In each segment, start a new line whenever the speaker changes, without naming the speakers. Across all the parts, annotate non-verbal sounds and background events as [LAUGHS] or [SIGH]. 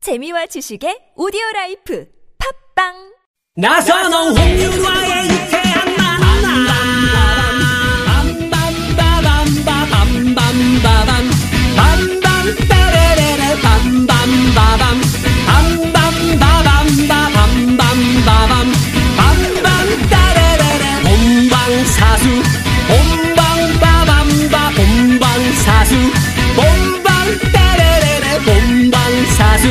재미와 지식의 오디오 라이프 팝빵
나선홍 홍윤화의 유쾌한 만남 빰빰빠밤빠밤빰빰빠밤 빰빰빠레레레 빰빰빠밤 빰빰빠밤빠밤빰빰빠밤 빰빰따레레레 본방사수 본방빠밤빠 본방사수 본방따레레레 본방사수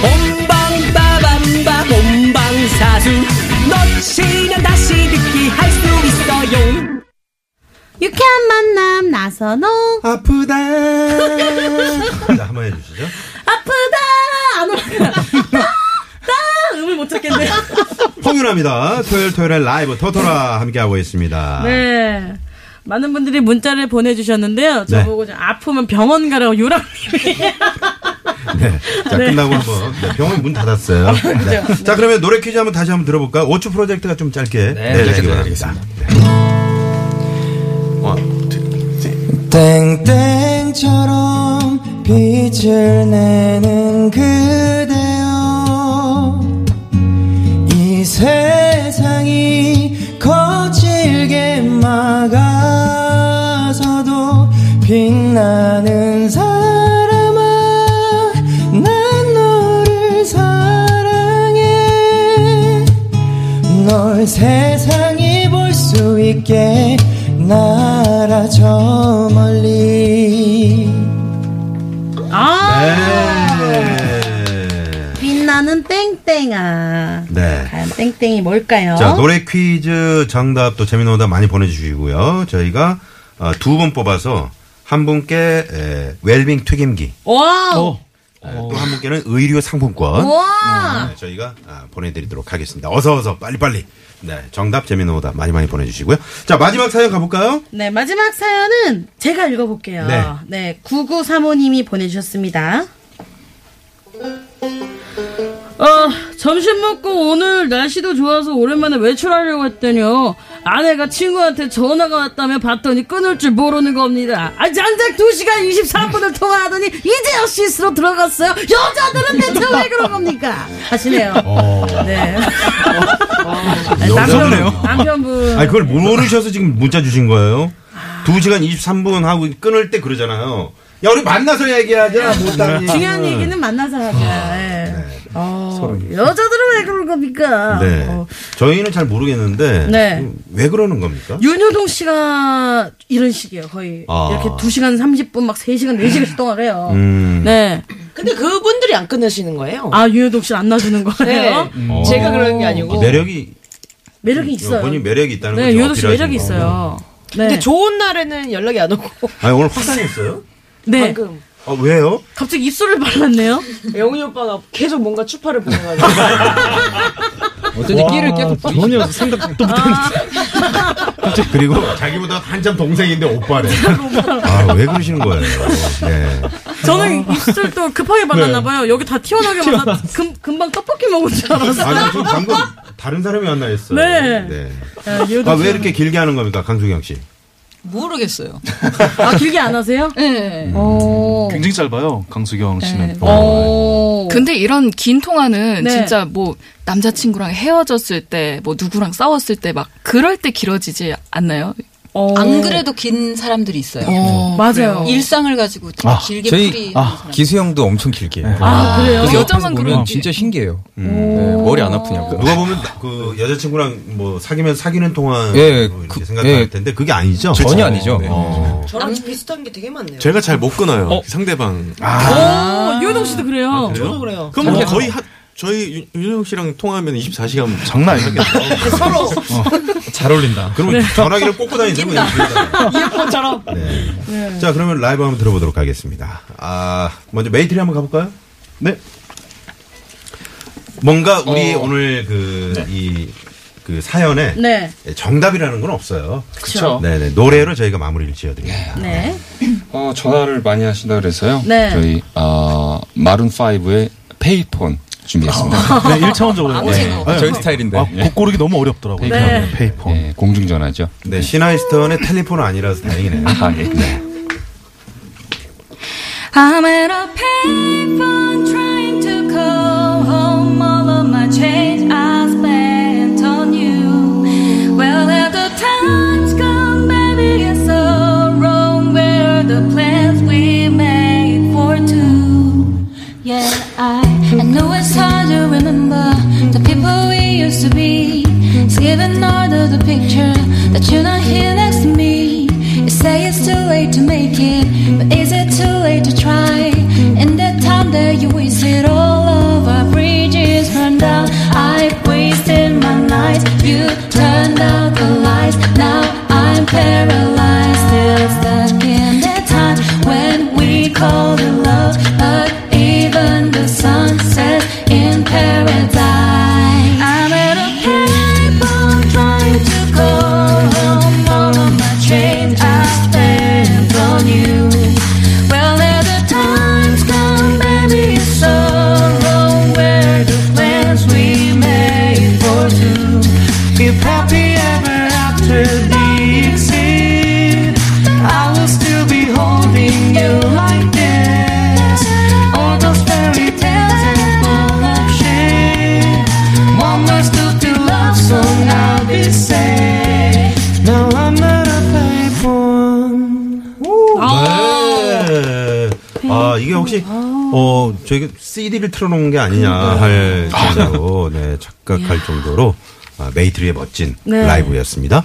본방빠밤빠 본방사수 놓치면 다시 듣기 할 수 있어요
유쾌한 만남 나선홍
아프다. 자, 한번 해주시죠.
아프다 안 올라가 나 음을 못 찾겠네요
홍윤아입니다. 토요일 토요일에 라이브 토토라 함께하고 있습니다.
네 많은 분들이 문자를 보내주셨는데요
네.
저보고 좀 아프면 병원 가라고 유랑님이
네. 자, 끝나고 한번. 네, 병원 문
아,
닫았어요. 네. 자, 그러면 노래 퀴즈 한번 다시 한번 들어볼까요? 5초 프로젝트가 좀 짧게.
네, 짧게
내주시기 바랍니다.
드리겠습니다.
네.
땡땡처럼 빛을 내는 그대요 이 세상이 거칠게 막아서도 빛나는 사람아 난 너를 사랑해 널 세상이 볼 수 있게 날아 저 멀리
아
네.
빛나는 땡땡아
네.
과연 땡땡이 뭘까요
자, 노래 퀴즈 정답도 재미난 오답 많이 보내주시고요. 저희가 어, 두 분 뽑아서 한 분께 에, 웰빙 튀김기, 어?
와우
또 한 분께는 의류 상품권.
와
네, 저희가 아, 보내드리도록 하겠습니다. 어서 어서 빨리 빨리. 네, 정답 재미는 오다 많이 많이 보내주시고요. 자 마지막 사연 가볼까요?
네, 마지막 사연은 제가 읽어볼게요.
네.
네, 9935님이 보내주셨습니다. 어, 점심 먹고 오늘 날씨도 좋아서 오랜만에 외출하려고 했더니요. 아내가 친구한테 전화가 왔다며 봤더니 끊을 줄 모르는 겁니다. 아, 장작 2시간 23분을 통화하더니 이제 어시스로 들어갔어요. 여자들은 대체 왜 그런 겁니까? 하시네요. 네. 아, 남편,
어. 여자들은요?
남편분.
아니 그걸 모르셔서 지금 문자 주신 거예요.
아.
2시간 23분 하고 끊을 때 그러잖아요. 야 우리 만나서 얘기하자. 뭐, 음. 못하니.
아, 중요한 얘기는 만나서
아,
하자. 예. 어, 여자들은 왜 그런 겁니까?
네.
어.
저희는 잘 모르겠는데
네.
왜 그러는 겁니까?
윤효동 씨가 이런 식이에요, 거의.
아.
이렇게 2시간 30분, 막 3시간, 4시간씩 동안 해요.
음.
네.
근데 그분들이 안 끊으시는 거예요.
아, 윤효동 씨를 안 놔주는 거예요?
네. 제가 그러는 게 아니고.
어, 매력이
매력이 음, 있어요.
본인 매력이 있다는
네,
거죠.
윤효동 씨 매력이
어필하시는
있어요. 네.
근데 좋은 날에는 연락이 안 [LAUGHS] 오고
거. 아니 오늘 화장했어요?
네.
방금
아 왜요?
갑자기 입술을 발랐네요?
영희 오빠가 계속 뭔가 추파를 보내가지고
어쩐지 끼를 계속 전혀 생각도
그리고 [LAUGHS] 자기보다 한참 동생인데 오빠래. [LAUGHS] 아왜 그러시는 거예요? 네.
저는 입술 또 급하게 발랐나봐요. 여기 다 튀어나게 발랐, 금, 금방 떡볶이 먹은 줄 알았어요.
아니, 지금 방금 다른 사람이 왔나 했어요.
네. 야, 윤효동
아,
씨.
왜 이렇게 길게 하는 겁니까, 강수경 씨?
모르겠어요.
아, 길게 안 하세요?
네.
오.
굉장히 짧아요. 강수경 씨는.
오.
근데 이런 긴 통화는
네.
진짜 뭐 남자친구랑 헤어졌을 때, 뭐 누구랑 싸웠을 때 막 그럴 때 길어지지 않나요?
어.
안 그래도 긴 사람들이 있어요.
맞아요.
네.
일상을 가지고 되게 길게 풀이.
아,
기수 형도 엄청 길게
아, 그래요?
그
그래서
여자만
옆에서
그런
보면 진짜 신기해요.
음.
네, 머리 안 아프냐고.
누가 보면 그 여자친구랑 뭐 사귀면 사귀는 동안
예,
뭐 이렇게
그-
생각할
예.
텐데 그게 아니죠. 네.
전혀 아니죠.
[LAUGHS]
네.
어.
저랑 비슷한 게 되게 많네요.
제가 잘 못 끊어요. 상대방.
어, 유동 씨도 그래요.
저도 아. 그래요.
그럼 뭐 거의 한, 저희 윤- 윤영 씨랑 통화하면 24시간. 장난 아니야.
서로
[LAUGHS] 잘 어울린다.
그러면 전화기를 꽂고 다니는 거예요.
이어폰처럼
네. 자, 그러면 라이브 한번 들어보도록 하겠습니다. 아, 먼저 메이트리 한번 가볼까요? 네. 뭔가 우리 오늘 그, 이, 그 사연에 예,
네.
정답이라는 건 없어요.
그렇죠.
네네. 노래로 저희가 마무리를 지어드립니다.
아,
네.
어, 전화를 많이 하신다 그래서요.
네.
저희 어, 마룬 5의 페이폰
아.
준비했습니다.
네, 1차원적으로.
아, 저희 스타일인데. 네.
고르기 너무 어렵더라고요.
네.
페이폰.
네, 공중전화죠.
네, 시나이스턴의 텔레폰은 아니라서 다행이네요.
아, 예.
I'm at a payphone trying to call
I, I know it's hard to remember the people we used to be. It's giving all of the picture that you're not here next to me. You say it's too late to make it, but is it too late to try? In the time that you wasted, all of our bridges burned down. I wasted my nights. You turned out the lights. Now I'm paralyzed, still stuck in that time when we called it love. But even the sun sets in paradise. I'm at a payphone trying to call home all of my dreams I spent on you. Well, at the times come, baby, it's so wrong where the plans we made for two. If happy ever after they exist, I will still be holding you like this. All those fairy tales are full of shit. One more stupid love song, I'll be safe. Now I'm not a payphone.
아.
네. 아, 이게 혹시, 어, 저희가 CD를 틀어놓은 게 아니냐 할 정도로, 네, 착각할 정도로, 아, 메이트리의 멋진
네.
라이브였습니다.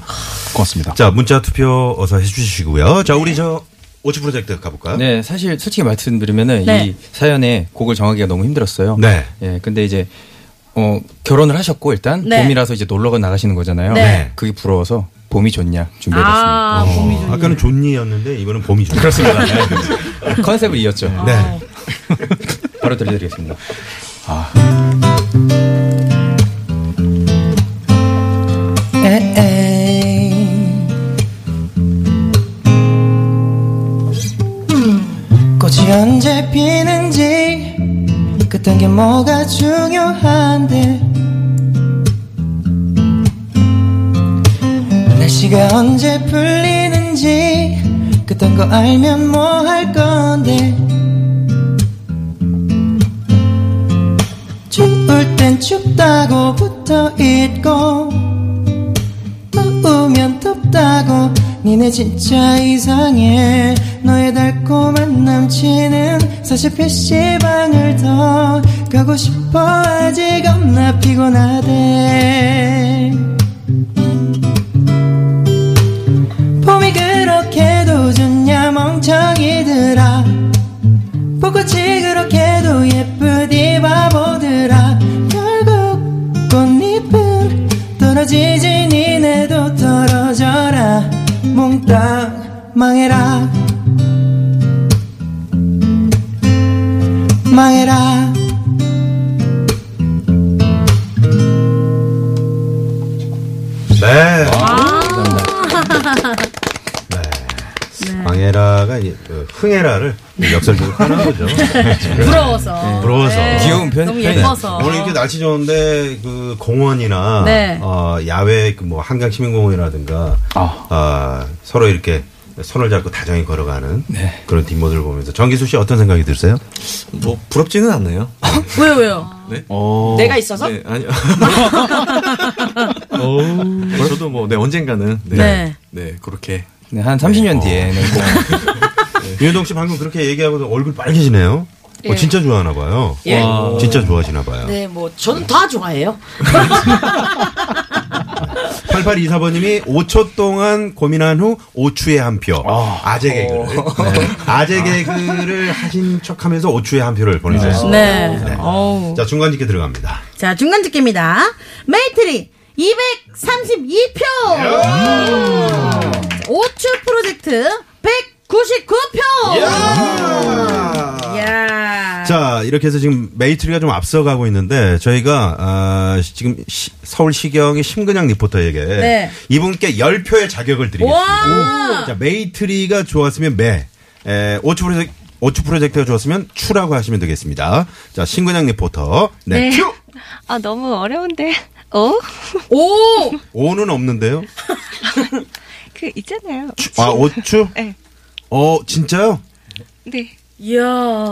고맙습니다. 자, 문자 투표 어서 해주시고요. 자, 우리 저, 오치 프로젝트 가볼까요?
네, 사실 솔직히 말씀드리면은
네.
이 사연에 곡을 정하기가 너무 힘들었어요.
네.
예, 근데 이제 어, 결혼을 하셨고 일단
네.
봄이라서 이제 놀러가 나가시는 거잖아요.
네.
그게 부러워서 봄이 좋냐
네,
준비해봤습니다.
아, 봄이 좋네.
어, 아까는 존니였는데, 이번엔 봄이 좋
그렇습니다. 네. 컨셉을 이었죠.
네.
[LAUGHS] 바로 들려드리겠습니다. 아.
꽃이 언제 피는지 그딴 게 뭐가 중요한데 날씨가 언제 풀리는지 그딴 거 알면 뭐 할 건데 추울 땐 춥다고 붙어 있고 더우면 덥다고 니네 진짜 이상해 너의 달콤한 남친은 사실 PC방을 더 가고 싶어 아직 없나 피곤하대 봄이 그렇게도 좋냐 멍청이들아 벚꽃이 그렇게도 예쁘디 바보들아 결국 꽃잎은 떨어지지 니네도 떨어져라 몽땅 망해라 망해라
네.
아. 네.
방해라가 이제, 어, 흥해라를
[LAUGHS]
역설적으로 하는 거죠.
부러워서.
부러워서.
네.
귀여운 편-
너무
편이네.
예뻐서.
오늘 이렇게 날씨 좋은데 그 공원이나
네.
어, 야외 그뭐 한강 시민공원이라든가
아.
아, 서로 이렇게 손을 잡고 다정히 걸어가는
네.
그런 뒷모습을 보면서 정기수 씨 어떤 생각이 드세요?
뭐 부럽지는 않네요.
왜요, 왜요?
네.
[LAUGHS] 내가 있어서?
네,
[LAUGHS]
아니요. 네, 저도 뭐 네, 언젠가는 네.
네.
네. 그렇게.
네, 한 30년 뒤에는 꼭
유현동 씨 방금 그렇게 얘기하고도 얼굴 빨개지네요. 어,
예.
진짜 좋아하나 봐요.
예.
와. 진짜 좋아하시나 봐요.
네, 뭐 저는 다 좋아해요.
8824번님이 5초 동안 고민한 후 5초에 한 표. 아. 재 개그를.
어.
네. 아재 개그를 하신 척 하면서 5초에 한 표를 보내주셨습니다.
네.
네.
어우.
자, 중간 집계 들어갑니다.
자, 중간 집계입니다. 메이트리 232표! 5초 프로젝트 199표! 야
자, 이렇게 해서 지금 메이트리가 좀 앞서가고 있는데 저희가 아, 시- 지금 시- 서울 시경의 심근양 리포터에게
네.
이분께 10표의 자격을 드리겠습니다.
와!
오. 자, 메이트리가 좋았으면 매. 에, 오츠 프로젝트 오츠 프로젝트가 좋았으면 추라고 하시면 되겠습니다. 자, 심근양 리포터.
네.
네. 큐.
아 너무 어려운데. 어?
오!
오는 없는데요.
그 있잖아요.
아, 오츠?
네.
어, 진짜요?
네.
이야.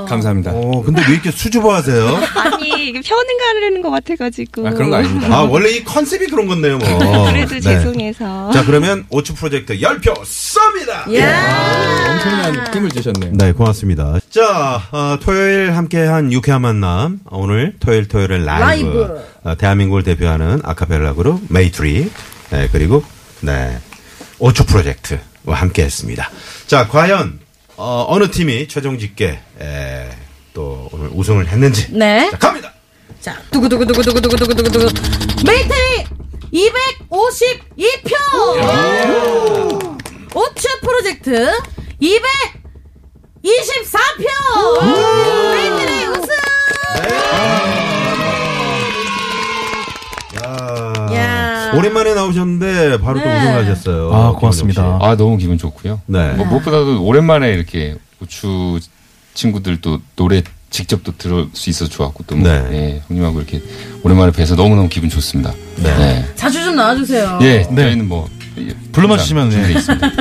감사합니다.
어, 근데 왜 이렇게 수줍어하세요?
아니 이게 편가르는 것 같아가지고.
그-
아, 원래 이 컨셉이 그런 건데요, 뭐.
[LAUGHS] 그래도
네.
죄송해서.
자, 그러면 오츠 프로젝트 열표 쏩니다.
엄청난 힘을 주셨네요.
네, 고맙습니다. 자, 어, 토요일 함께한 유쾌한 만남. 어, 오늘 토요일 토요일은 라이브.
라이브.
어, 대한민국을 대표하는 아카펠라 그룹 메이트리. 네, 그리고 네 오초 프로젝트와 함께했습니다. 자, 과연 어, 느 팀이 최종 집계 에, 또 오늘 우승을 했는지.
네.
자, 갑니다.
자, 두구두구두구두구두구두구두구. 메이트리 252표! 오츠 프로젝트 224표! 메이트리 우승!
아, 오랜만에 나오셨는데 바로 또
네.
우승하셨어요.
아, 고맙습니다.
김원정 씨.
아 너무 기분 좋고요.
네.
뭐 무엇보다도 오랜만에 이렇게 우추 친구들도 노래 직접 또 들을 수 있어서 좋았고 또 뭐,
네.
예, 형님하고 이렇게 오랜만에 뵈서 너무 너무 기분 좋습니다. 네.
자주 좀
어.
나와주세요.
예, 저희는 뭐 예,
네. 불러만 주시면,
준비돼
예.
있습니다.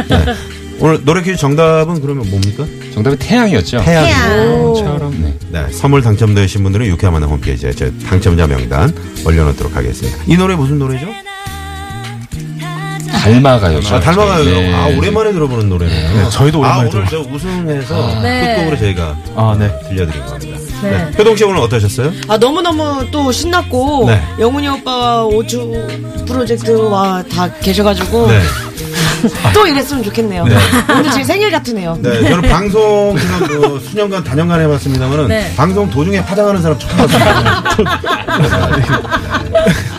오늘 노래 퀴즈 정답은 그러면 뭡니까?
정답이 태양이었죠.
태양.
오, 처럼. 네.
네, 선물 당첨되신 분들은 유쾌한 만남 홈페이지에 저 당첨자 명단 올려놓도록 하겠습니다. 이 노래 무슨 노래죠?
닮아가요.
아, 닮아가요.
네.
아, 오랜만에 들어보는 노래네요.
네, 저희도 오랜만에 아, 네.
아, 오늘 저 우승해서
아. 네.
끝곡으로 저희가 들려드린 겁니다. 네. 효동 씨 오늘 어떠셨어요?
아 너무너무 또 신났고
네.
영훈이 오빠와 오주 프로젝트와 다 계셔가지고
네.
또 이랬으면 좋겠네요.
네.
오늘 제 생일 같으네요.
네, 저는 방송 지난 그 수년간 단연간 해봤습니다만은
네.
방송 도중에 파장하는 사람 처음 봤습니다.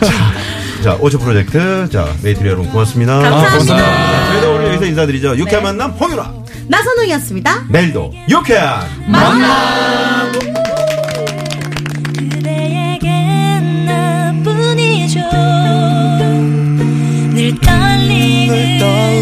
[LAUGHS] 자, 자, 오초 프로젝트, 자 메이트리 여러분 고맙습니다.
감사합니다.
자, 저희도 오늘 여기서 인사드리죠. 유쾌한 만남 홍유라.
나선홍이었습니다.
내일도 유쾌한
만남!
그대에겐 나뿐이죠 늘 떨리는